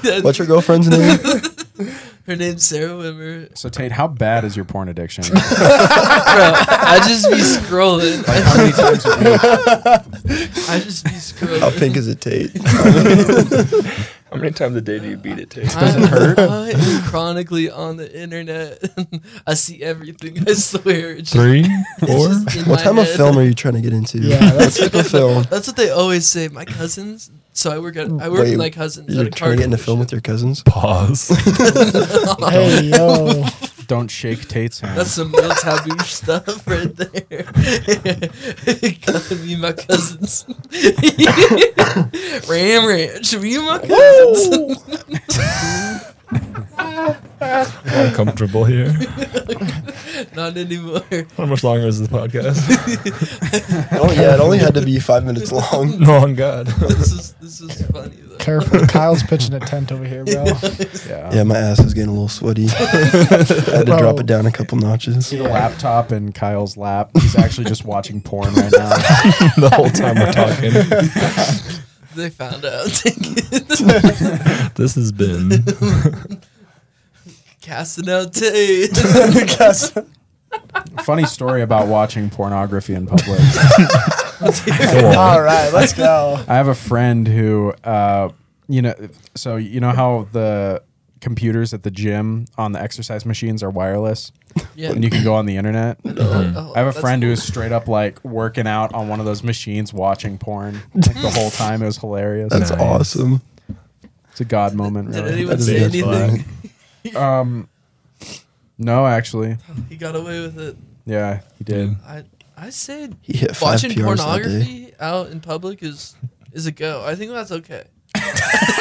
[SPEAKER 3] Damn.
[SPEAKER 5] What's your girlfriend's name?
[SPEAKER 2] Her name's Sarah Wimmer.
[SPEAKER 3] So Tate, how bad is your porn addiction?
[SPEAKER 2] Bro, I just be scrolling.
[SPEAKER 3] Like how many times a week?
[SPEAKER 2] I just be scrolling.
[SPEAKER 5] How pink is it, Tate?
[SPEAKER 6] How many times a day do you beat it, Tate?
[SPEAKER 2] I, hurt. I am chronically on the internet. I see everything. I swear. It's just-
[SPEAKER 4] Three?
[SPEAKER 2] it's
[SPEAKER 4] Four?
[SPEAKER 2] just in
[SPEAKER 5] What
[SPEAKER 2] my
[SPEAKER 5] time of
[SPEAKER 2] head.
[SPEAKER 5] film are you trying to get into?
[SPEAKER 1] Yeah,
[SPEAKER 5] what type of film?
[SPEAKER 2] That's what they always say. My cousins. So I work at. I work
[SPEAKER 5] Wait,
[SPEAKER 2] with my cousins. at
[SPEAKER 5] You're
[SPEAKER 2] a
[SPEAKER 5] trying
[SPEAKER 2] car
[SPEAKER 5] to get into film with your cousins?
[SPEAKER 4] Pause.
[SPEAKER 1] Hey yo.
[SPEAKER 3] Don't shake Tate's hand.
[SPEAKER 2] That's some real taboo stuff right there. Gotta be my cousins. Ram Ranch, be my cousins.
[SPEAKER 4] Uncomfortable here.
[SPEAKER 2] Not anymore.
[SPEAKER 4] How much longer is the podcast?
[SPEAKER 5] Oh yeah, it only had to be five minutes long.
[SPEAKER 4] no, on God.
[SPEAKER 2] This is this is funny though.
[SPEAKER 1] Careful, Kyle's pitching a tent over here, bro.
[SPEAKER 3] yeah.
[SPEAKER 5] Yeah, my ass is getting a little sweaty. I had to drop
[SPEAKER 1] Bro.
[SPEAKER 5] it down a couple notches.
[SPEAKER 3] See the laptop in Kyle's lap. He's actually just watching porn right now. the whole time we're
[SPEAKER 4] Talking.
[SPEAKER 2] They found out.
[SPEAKER 4] This has been.
[SPEAKER 2] Casting out Tate.
[SPEAKER 3] Funny story about watching pornography in public.
[SPEAKER 1] All right, let's go.
[SPEAKER 3] I have a friend who, uh, you know, so you know how the computers at the gym on the exercise machines are wireless
[SPEAKER 2] yeah.
[SPEAKER 3] and you can go on the internet.
[SPEAKER 5] Mm-hmm.
[SPEAKER 2] Oh,
[SPEAKER 3] I have a
[SPEAKER 2] that's
[SPEAKER 3] friend who is straight up like working out on one of those machines watching porn like the whole time. It was hilarious.
[SPEAKER 5] That's awesome.
[SPEAKER 3] It's a god moment,
[SPEAKER 2] Did
[SPEAKER 3] really.
[SPEAKER 2] anyone
[SPEAKER 5] That is
[SPEAKER 2] say
[SPEAKER 5] a
[SPEAKER 2] anything?
[SPEAKER 5] good
[SPEAKER 3] Um, no, actually,
[SPEAKER 2] He got away with it.
[SPEAKER 3] yeah, he did.
[SPEAKER 2] I I said
[SPEAKER 5] He hit five
[SPEAKER 2] watching
[SPEAKER 5] PRs that day.
[SPEAKER 2] pornography out in public is is a go. I think that's okay.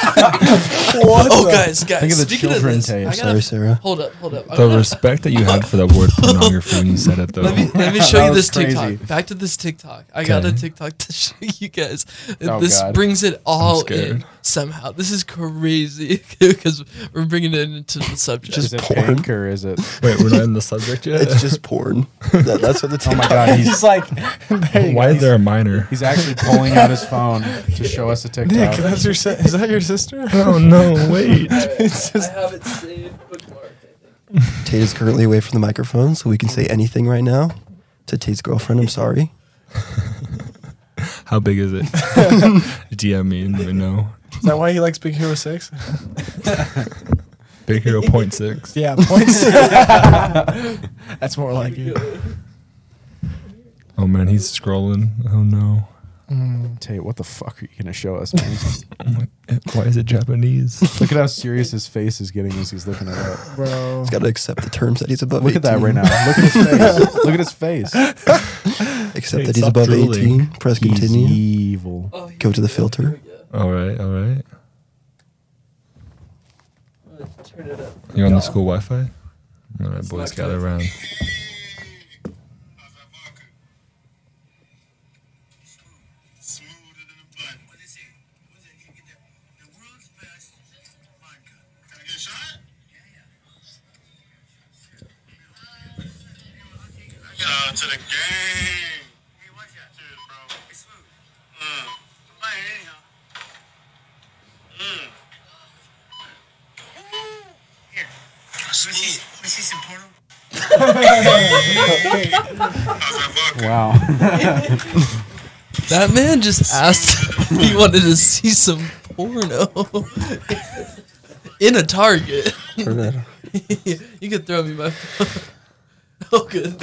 [SPEAKER 2] Oh, guys, guys.
[SPEAKER 3] Think of the
[SPEAKER 2] speaking of
[SPEAKER 3] children
[SPEAKER 2] this,
[SPEAKER 3] tape.
[SPEAKER 2] I gotta-
[SPEAKER 5] Sorry, Sarah.
[SPEAKER 2] Hold up, hold up. I
[SPEAKER 4] The
[SPEAKER 2] gotta-
[SPEAKER 4] respect that you had for that word pornography when you said it, though.
[SPEAKER 2] let me let me show
[SPEAKER 3] That
[SPEAKER 2] you
[SPEAKER 3] was
[SPEAKER 2] this TikTok.
[SPEAKER 3] crazy.
[SPEAKER 2] Back to this TikTok. I got a
[SPEAKER 4] Okay.
[SPEAKER 2] TikTok to show you guys.
[SPEAKER 3] Oh,
[SPEAKER 2] this
[SPEAKER 3] God.
[SPEAKER 2] brings it all
[SPEAKER 4] scared.
[SPEAKER 2] in somehow. This is crazy because we're bringing it into the subject.
[SPEAKER 3] Is
[SPEAKER 5] Just
[SPEAKER 3] it
[SPEAKER 5] porn.
[SPEAKER 3] pink or is it?
[SPEAKER 4] Wait, we're not in the subject yet?
[SPEAKER 5] It's just porn. That, that's what the
[SPEAKER 3] Oh
[SPEAKER 5] TikTok.
[SPEAKER 3] my god, he's
[SPEAKER 1] He's like, there you
[SPEAKER 4] Why
[SPEAKER 1] go.
[SPEAKER 4] is there a minor?
[SPEAKER 3] He's actually pulling out his phone to show us a
[SPEAKER 1] Nick,
[SPEAKER 3] TikTok.
[SPEAKER 1] that's your si- is that your sister?
[SPEAKER 4] Oh, no, wait.
[SPEAKER 1] it's
[SPEAKER 2] I
[SPEAKER 1] just
[SPEAKER 2] have it saved bookmark.
[SPEAKER 5] Tate is currently away from the microphone, so we can say anything right now. To Tate's girlfriend, I'm sorry.
[SPEAKER 4] How big is it? DM me and let me know.
[SPEAKER 1] is that why he likes Big Hero Six?
[SPEAKER 4] Big Hero Point Six.
[SPEAKER 1] Yeah, points. that's more like it.
[SPEAKER 4] Oh man, he's scrolling. Oh no.
[SPEAKER 1] Mm,
[SPEAKER 3] Tate, what the fuck are you gonna show us? Man?
[SPEAKER 4] Oh my, why is it Japanese?
[SPEAKER 3] Look at how serious his face is getting as he's looking at it.
[SPEAKER 1] bro.
[SPEAKER 5] He's got to accept the terms that he's above.
[SPEAKER 3] Look at that
[SPEAKER 5] 18.
[SPEAKER 3] right now. Look at his face. Look at his face.
[SPEAKER 5] Accept
[SPEAKER 4] Hey,
[SPEAKER 5] that he's
[SPEAKER 4] stop
[SPEAKER 5] above
[SPEAKER 4] drooling.
[SPEAKER 5] 18. Press
[SPEAKER 3] He's
[SPEAKER 5] continue.
[SPEAKER 3] evil.
[SPEAKER 2] Oh, here
[SPEAKER 5] Go
[SPEAKER 2] we
[SPEAKER 5] to the
[SPEAKER 2] Here
[SPEAKER 5] filter.
[SPEAKER 2] we go.
[SPEAKER 4] all right, all right.
[SPEAKER 2] Let's turn it up.
[SPEAKER 4] You're on the school Wi-Fi. All right,
[SPEAKER 2] It's
[SPEAKER 4] boys,
[SPEAKER 2] not
[SPEAKER 4] gather
[SPEAKER 2] good.
[SPEAKER 4] around.
[SPEAKER 7] smoother than a blunt. What is it? What is it? You get that? The world's best vodka. Can I get a shot? Yeah, yeah. Shout out to the game. Hey, watch out. Cheers, bro. It's smooth. Mm. Mine, anyhow. Mm. Ooh. Here. Smooth. Wanna see, wanna see some porno? How's that vodka?
[SPEAKER 3] Wow.
[SPEAKER 2] That man just asked if he wanted to see some porno in a Target.
[SPEAKER 5] Turn that off.
[SPEAKER 2] you could throw me my phone. Oh, good.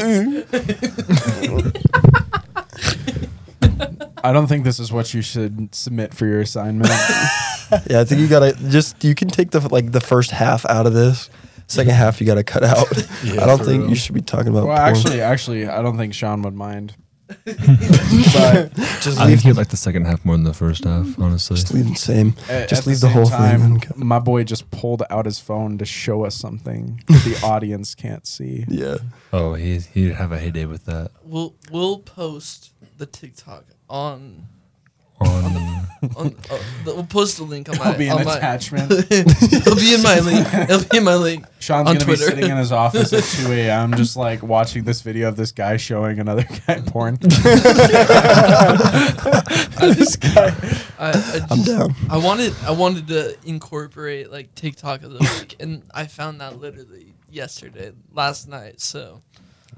[SPEAKER 3] I don't think this is what you should submit for your assignment.
[SPEAKER 5] Yeah, I think you gotta just you can take the like the first half out of this. Second half you gotta cut out. I don't
[SPEAKER 4] for
[SPEAKER 5] think
[SPEAKER 4] real.
[SPEAKER 5] you should be talking about.
[SPEAKER 3] well,
[SPEAKER 5] porn.
[SPEAKER 3] actually, actually, I don't think Sean would mind. but
[SPEAKER 5] just
[SPEAKER 4] I think
[SPEAKER 5] leave,
[SPEAKER 4] he liked the second half more than the first half, honestly.
[SPEAKER 5] just leave the same.
[SPEAKER 3] at,
[SPEAKER 5] just
[SPEAKER 3] at
[SPEAKER 5] leave the,
[SPEAKER 3] the, same
[SPEAKER 5] whole
[SPEAKER 3] time,
[SPEAKER 5] thing. and cut-
[SPEAKER 3] My boy just pulled out his phone to show us something the audience can't see.
[SPEAKER 5] Yeah,
[SPEAKER 4] Oh, he he'd have a heyday with that.
[SPEAKER 2] We'll we'll post the TikTok on
[SPEAKER 4] On
[SPEAKER 2] on. Uh, the, we'll post a link on my.
[SPEAKER 3] That'll be an
[SPEAKER 2] on my
[SPEAKER 3] attachment.
[SPEAKER 2] it'll be in my link. It'll be in my link.
[SPEAKER 3] Sean's
[SPEAKER 2] On
[SPEAKER 3] gonna
[SPEAKER 2] Twitter.
[SPEAKER 3] be sitting in his office at 2 a.m. just like watching this video of this guy showing another guy porn. this guy.
[SPEAKER 2] I, I
[SPEAKER 5] I'm
[SPEAKER 2] just-
[SPEAKER 5] down.
[SPEAKER 2] I wanted I wanted to incorporate like TikTok of the week, and I found that literally yesterday, last night. So,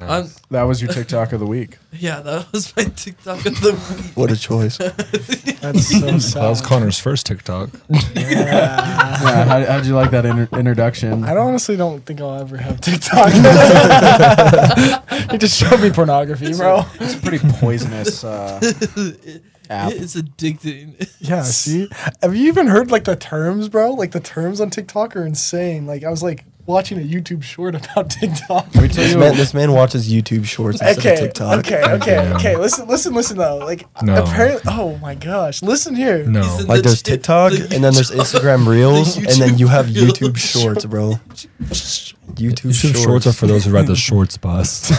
[SPEAKER 2] I'm,
[SPEAKER 3] That was your TikTok of the week.
[SPEAKER 2] yeah, that was my TikTok of the week.
[SPEAKER 5] What a choice.
[SPEAKER 1] That's so
[SPEAKER 4] that was
[SPEAKER 1] sad.
[SPEAKER 4] Connor's first TikTok.
[SPEAKER 3] Yeah, how, how'd you like that inter- introduction?
[SPEAKER 1] I don't honestly don't think I'll ever have TikTok. you just showed me pornography, bro.
[SPEAKER 3] It's a pretty poisonous uh,
[SPEAKER 2] It-
[SPEAKER 3] app.
[SPEAKER 2] it is addicting.
[SPEAKER 1] Yeah, see? Have you even heard like the terms, bro? Like the terms on TikTok are insane. Like I was like watching a YouTube short about TikTok.
[SPEAKER 3] Let me tell
[SPEAKER 5] This
[SPEAKER 3] you-
[SPEAKER 5] man, this man watches YouTube shorts instead of
[SPEAKER 1] Okay,
[SPEAKER 5] TikTok.
[SPEAKER 1] okay, okay, okay. Listen, listen, listen though. Like
[SPEAKER 4] No.
[SPEAKER 1] apparently oh my gosh. Listen here.
[SPEAKER 4] No,
[SPEAKER 2] He's
[SPEAKER 5] Like
[SPEAKER 2] The
[SPEAKER 5] there's
[SPEAKER 2] Tik-
[SPEAKER 5] TikTok
[SPEAKER 2] the
[SPEAKER 5] and then there's Instagram Reels and then
[SPEAKER 2] YouTube
[SPEAKER 5] you have YouTube
[SPEAKER 2] Reels.
[SPEAKER 5] Shorts, bro. YouTube,
[SPEAKER 4] YouTube
[SPEAKER 5] shorts.
[SPEAKER 4] shorts. are for those who ride the shorts bus.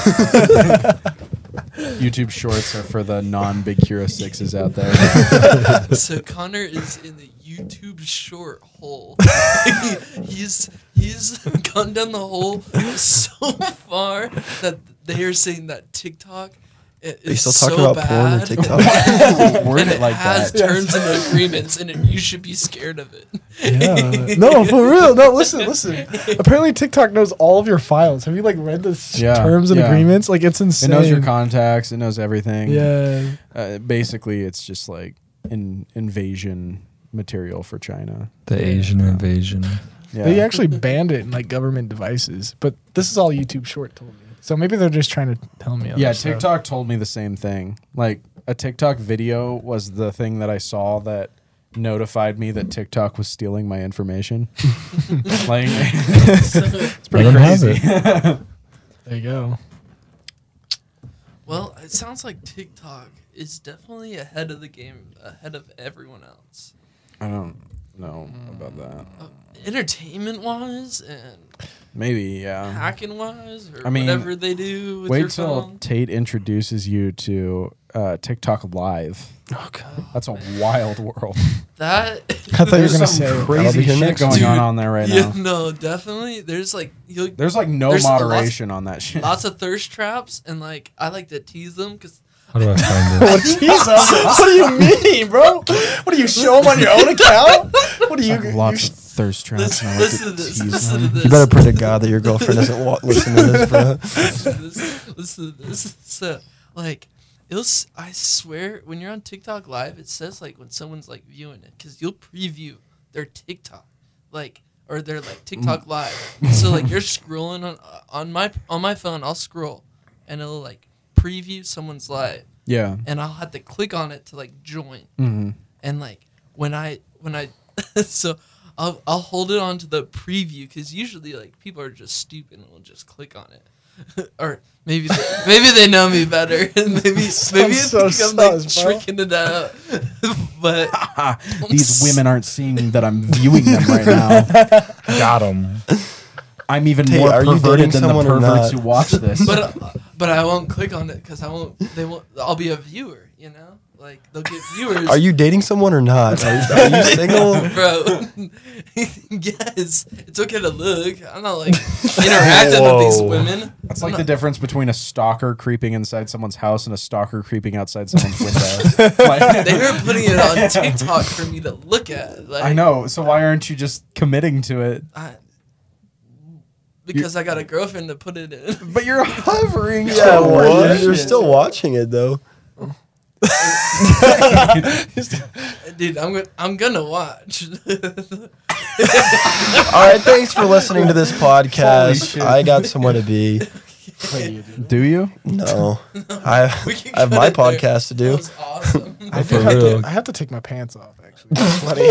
[SPEAKER 3] YouTube shorts are for the non Big Hero 6s out there.
[SPEAKER 2] so Connor is in the YouTube short hole. he's he's gone down the hole so far that they are saying that TikTok i- is
[SPEAKER 5] They still
[SPEAKER 2] so
[SPEAKER 5] talking about porn on
[SPEAKER 2] bad.
[SPEAKER 5] TikTok?
[SPEAKER 3] Word
[SPEAKER 2] and
[SPEAKER 3] it like
[SPEAKER 2] has
[SPEAKER 3] that.
[SPEAKER 2] terms and agreements, and it- you should be scared of it.
[SPEAKER 1] Yeah. No, for real. No, listen, listen. Apparently TikTok knows all of your files. Have you like read the s-
[SPEAKER 3] Yeah,
[SPEAKER 1] terms and
[SPEAKER 3] yeah.
[SPEAKER 1] agreements? Like it's insane.
[SPEAKER 3] It knows your contacts. It knows everything.
[SPEAKER 1] Yeah.
[SPEAKER 3] Uh, basically, it's just like in invasion material for China.
[SPEAKER 4] the Asian invasion.
[SPEAKER 3] Yeah.
[SPEAKER 1] They actually banned it in like government devices, but this is all YouTube short told me. So maybe they're just trying to tell me. other
[SPEAKER 3] yeah,
[SPEAKER 1] stuff.
[SPEAKER 3] TikTok told me the same thing. Like a TikTok video was the thing that I saw that notified me that TikTok was stealing my information. like it's pretty
[SPEAKER 4] Let 'em have
[SPEAKER 3] crazy.
[SPEAKER 1] There you go.
[SPEAKER 2] Well, it sounds like TikTok is definitely ahead of the game, ahead of everyone else,
[SPEAKER 3] I don't know about that.
[SPEAKER 2] entertainment wise and
[SPEAKER 3] Maybe yeah.
[SPEAKER 2] hacking wise, or
[SPEAKER 3] Uh-huh. I mean,
[SPEAKER 2] whatever they do with your
[SPEAKER 3] Wait till
[SPEAKER 2] phone.
[SPEAKER 3] Tate introduces you to uh, TikTok Live.
[SPEAKER 2] Uh,
[SPEAKER 3] That's a wild world.
[SPEAKER 2] That
[SPEAKER 1] I thought you were
[SPEAKER 3] There's
[SPEAKER 1] gonna
[SPEAKER 3] some
[SPEAKER 1] say
[SPEAKER 5] That'll be
[SPEAKER 3] crazy
[SPEAKER 5] here
[SPEAKER 3] shit
[SPEAKER 5] next.
[SPEAKER 3] going
[SPEAKER 2] Dude.
[SPEAKER 3] on on there right
[SPEAKER 2] yeah,
[SPEAKER 3] now.
[SPEAKER 2] no, definitely. There's like you'll,
[SPEAKER 3] There's like no
[SPEAKER 2] There's lots-
[SPEAKER 3] moderation on that shit.
[SPEAKER 2] lots of thirst traps, and like I like to tease them because
[SPEAKER 4] How do I find this?
[SPEAKER 1] Jesus, what do you mean, bro? What do you show them on your own account? What do you?
[SPEAKER 3] lots of thirst traps.
[SPEAKER 2] listen,
[SPEAKER 3] and I like
[SPEAKER 2] listen
[SPEAKER 3] to
[SPEAKER 2] to this,
[SPEAKER 3] tease
[SPEAKER 2] listen
[SPEAKER 3] them.
[SPEAKER 2] to this,
[SPEAKER 5] You better pray to God that your girlfriend doesn't wa- listen to this, bro.
[SPEAKER 2] listen to this, listen to this. So, like, it'll, s- I swear, when you're on TikTok live, it says, like, when someone's, like, viewing it, because you'll preview their TikTok, like, or their, like, TikTok
[SPEAKER 3] Mm.
[SPEAKER 2] live. So, like, you're scrolling on, on my, on my phone, I'll scroll, and it'll, like, preview someone's live,
[SPEAKER 3] Yeah.
[SPEAKER 2] and I'll have to click on it to like join.
[SPEAKER 3] Mm-hmm.
[SPEAKER 2] and like when I when I so I'll I'll hold it on to the preview because usually like people are just stupid and will just click on it, or maybe they, maybe they know me better and maybe maybe I
[SPEAKER 1] Sounds so
[SPEAKER 2] think I'm like
[SPEAKER 1] sus, bro.
[SPEAKER 2] tricking it out, but
[SPEAKER 3] These women aren't seeing that I'm viewing them right now.
[SPEAKER 4] Got him.
[SPEAKER 3] I'm even
[SPEAKER 5] Tate,
[SPEAKER 3] more
[SPEAKER 5] are you dating
[SPEAKER 3] perverted than the
[SPEAKER 5] someone or
[SPEAKER 3] perverts
[SPEAKER 5] not?
[SPEAKER 3] who watch this.
[SPEAKER 2] but uh, but I won't click on it because I won't they won't I'll be a viewer you know like they'll get viewers.
[SPEAKER 5] Are you dating someone or not? Are, are you single?
[SPEAKER 2] Bro, yes, it's okay to look. I'm not like interacting with these
[SPEAKER 5] Whoa.
[SPEAKER 2] women.
[SPEAKER 3] That's
[SPEAKER 2] I'm
[SPEAKER 3] like
[SPEAKER 2] not-
[SPEAKER 3] the difference between a stalker creeping inside someone's house and a stalker creeping outside someone's window. Like-
[SPEAKER 2] They were putting it on TikTok for me to look at. Like,
[SPEAKER 3] I know. So why aren't you just committing to it?
[SPEAKER 2] I- because I got a girlfriend to put it in.
[SPEAKER 3] But you're hovering.
[SPEAKER 5] Yeah,
[SPEAKER 3] over
[SPEAKER 5] what?
[SPEAKER 3] it.
[SPEAKER 5] You're still watching it though.
[SPEAKER 2] Dude, I'm gonna I'm gonna watch.
[SPEAKER 5] All right, thanks for listening to this
[SPEAKER 3] Holy
[SPEAKER 5] podcast.
[SPEAKER 3] shit.
[SPEAKER 5] I got somewhere to be.
[SPEAKER 3] Do you?
[SPEAKER 5] No, I,
[SPEAKER 2] We can
[SPEAKER 5] I have
[SPEAKER 2] cut
[SPEAKER 5] my
[SPEAKER 2] it there.
[SPEAKER 5] podcast to
[SPEAKER 2] That
[SPEAKER 5] do.
[SPEAKER 2] was awesome.
[SPEAKER 1] I,
[SPEAKER 4] For
[SPEAKER 1] do have to,
[SPEAKER 4] real.
[SPEAKER 1] I have to take my pants off. Actually, It's bloody.